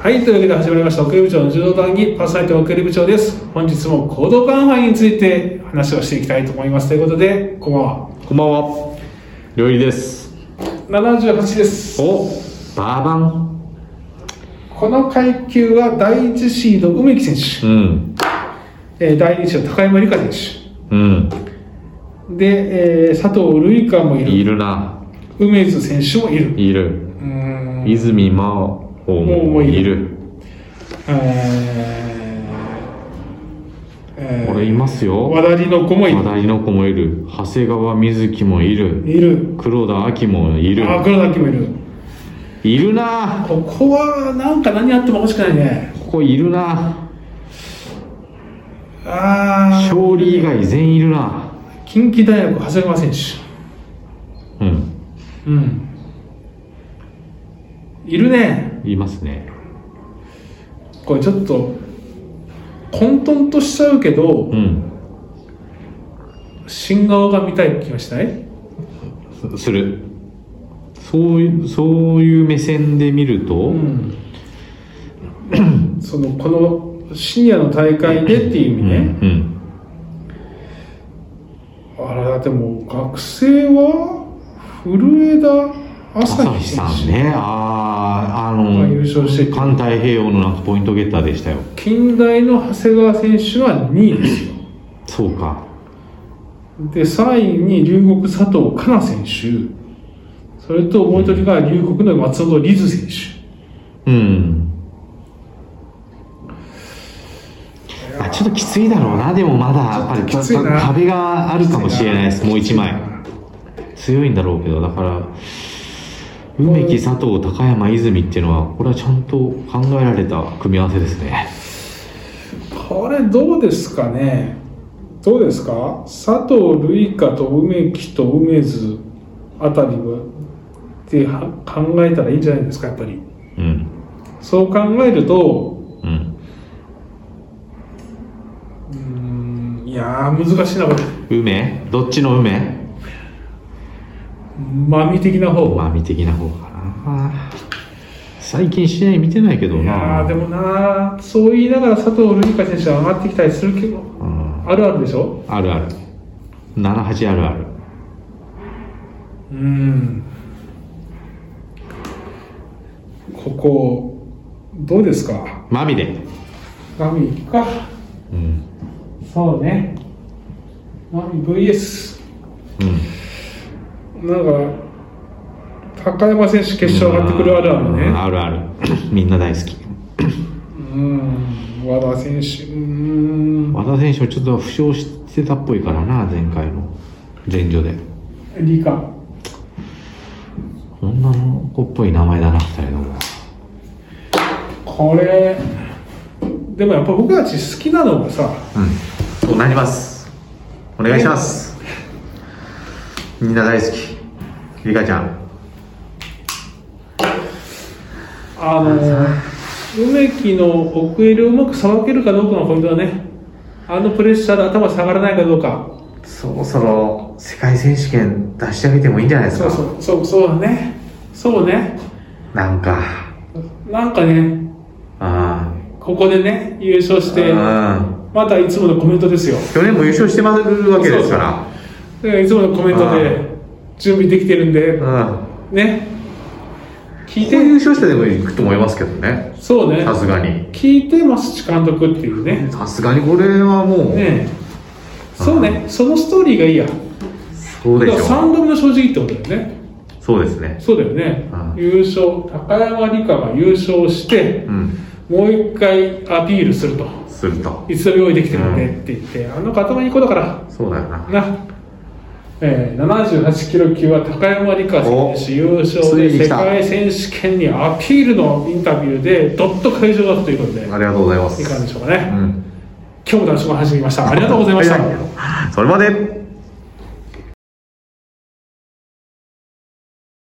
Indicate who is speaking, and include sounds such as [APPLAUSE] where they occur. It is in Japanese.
Speaker 1: はい、というわけで始まりました、奥入部長の柔道談義、パーソナリティ奥入部長です。本日も行動管範囲について話をしていきたいと思います。ということで、こんばんは。
Speaker 2: こんばんは。料理です。
Speaker 1: 78です。
Speaker 2: お、バーバン。
Speaker 1: この階級は第1シード梅木選
Speaker 2: うん。
Speaker 1: 手、えー第2シード高山理香選
Speaker 2: うん。
Speaker 1: 手、で、えー佐藤瑠香もいる、
Speaker 2: いるな。
Speaker 1: 梅津選手もいる。
Speaker 2: いる。
Speaker 1: うーん
Speaker 2: 泉真央もいる。
Speaker 1: えーえー
Speaker 2: 俺いますよ。
Speaker 1: 和田里の子もいる
Speaker 2: 話。題の子もいる。長谷川瑞希もいる。
Speaker 1: いる。
Speaker 2: 黒田亜希もいる。
Speaker 1: あ、黒田明もいる。
Speaker 2: いるな。
Speaker 1: ここは、なんか何あってもおかしくないね。
Speaker 2: ここいるな。
Speaker 1: ああ、
Speaker 2: 勝利以外全員いるな。
Speaker 1: 近畿大学、長谷川選手。
Speaker 2: うん。
Speaker 1: うん。いるね。
Speaker 2: いますね。
Speaker 1: これちょっと、混沌としちゃうけど
Speaker 2: う、ん。
Speaker 1: 新顔が見たい気がしない
Speaker 2: すする。そういう、そういう目線で見ると、
Speaker 1: うん。その、この、深夜の大会でっていう意味ね。
Speaker 2: うんうん
Speaker 1: あれだってもう学生は古枝朝
Speaker 2: 朝
Speaker 1: 日
Speaker 2: 日
Speaker 1: 選
Speaker 2: さん
Speaker 1: 手、
Speaker 2: ね、あーあ
Speaker 1: が
Speaker 2: の、
Speaker 1: 優勝してて
Speaker 2: 環太平洋のなんかポイントゲッターでしたよ。
Speaker 1: 近代の長谷川選手は2位ですよ
Speaker 2: そうか。
Speaker 1: で3位に龍谷佐藤香菜選手それともう一人が龍谷の松本リズ選
Speaker 2: うん。あちょっときついだろうな、でもまだやっぱり
Speaker 1: ちょっときついな
Speaker 2: 壁があ
Speaker 1: 手
Speaker 2: るかもしれないです、もう一枚。
Speaker 1: う
Speaker 2: 強いんだろうけど、だから、梅木、佐藤、高山、泉っていうのは、これはちゃんと考えられた組み合わせですね。
Speaker 1: これどうですかねどうですか佐藤瑠衣香と梅木と梅津あたりはっては考えたらいいんじゃないですかやっぱり
Speaker 2: うん。
Speaker 1: そう考えると
Speaker 2: うん。
Speaker 1: うーんいやー難しいなこれ
Speaker 2: 梅どっちの梅
Speaker 1: マミ的な方
Speaker 2: まあ見的な方かな最近試合見てないけど
Speaker 1: いや
Speaker 2: な
Speaker 1: ーでもなーそう言いながら佐藤瑠璃香選手は上がってきたりするけど
Speaker 2: うん、
Speaker 1: あるあるでしょ
Speaker 2: あるある78あるある
Speaker 1: うんここどうですか
Speaker 2: まみで
Speaker 1: マミ行くか
Speaker 2: うん
Speaker 1: そうねマミ VS
Speaker 2: うん
Speaker 1: なんか高山選手決勝上がってくるあるあるね
Speaker 2: うんあるあ [COUGHS] るみんな大好き
Speaker 1: うん和田選手うーん
Speaker 2: 和田選手もちょっと負傷してたっぽいからな前回の前女で
Speaker 1: 理科
Speaker 2: 女の子っぽい名前だな二人とも
Speaker 1: これでもやっぱ僕たち好きなのがさ
Speaker 2: うんそうなりますお願いしますみんな大好きりかちゃん
Speaker 1: あの梅木の奥襟をうまくさばけるかどうかがポイントだねあのプレッシャーで頭下がらないかどうか
Speaker 2: そろそろ世界選手権出してあげてもいいんじゃないです
Speaker 1: そう
Speaker 2: か
Speaker 1: そうそうそうだねそうね
Speaker 2: なんか
Speaker 1: なんかね
Speaker 2: あ
Speaker 1: ここでね優勝し
Speaker 2: あう
Speaker 1: て
Speaker 2: ん
Speaker 1: またいつものコメントですよ
Speaker 2: 去年も優勝してますわけですから
Speaker 1: でいつものコメント
Speaker 2: あ
Speaker 1: で準備できてるんで
Speaker 2: うん
Speaker 1: ね聞い
Speaker 2: ここ優
Speaker 1: て
Speaker 2: 勝してでもいくと思いますけどね
Speaker 1: そうね
Speaker 2: さすがに
Speaker 1: 聞いてます地監督っていうね
Speaker 2: さすがにこれはも
Speaker 1: ね
Speaker 2: う、
Speaker 1: えそうねそのストーリーがいいや
Speaker 2: そうでし
Speaker 1: だから
Speaker 2: ょう
Speaker 1: 3度目の正直ってことだよね
Speaker 2: そうですね
Speaker 1: そうだよね、
Speaker 2: うん
Speaker 1: 優勝高山理香が優勝して
Speaker 2: うん
Speaker 1: もう一回アピールすると
Speaker 2: すると
Speaker 1: いつでも用意できてるんでって言って、あの子頭いい子だから
Speaker 2: そうだよな
Speaker 1: な、えー、78キロ級は高山理香選手優勝
Speaker 2: つ
Speaker 1: で
Speaker 2: いに
Speaker 1: 世
Speaker 2: 来た
Speaker 1: 界選手権にアピールのインタビューでどっと会場だということで
Speaker 2: ありがとうございま
Speaker 1: いかが
Speaker 2: す
Speaker 1: でしょうかね、
Speaker 2: うん
Speaker 1: 今日も男子も始めましたありがとうございました、
Speaker 2: はそれまで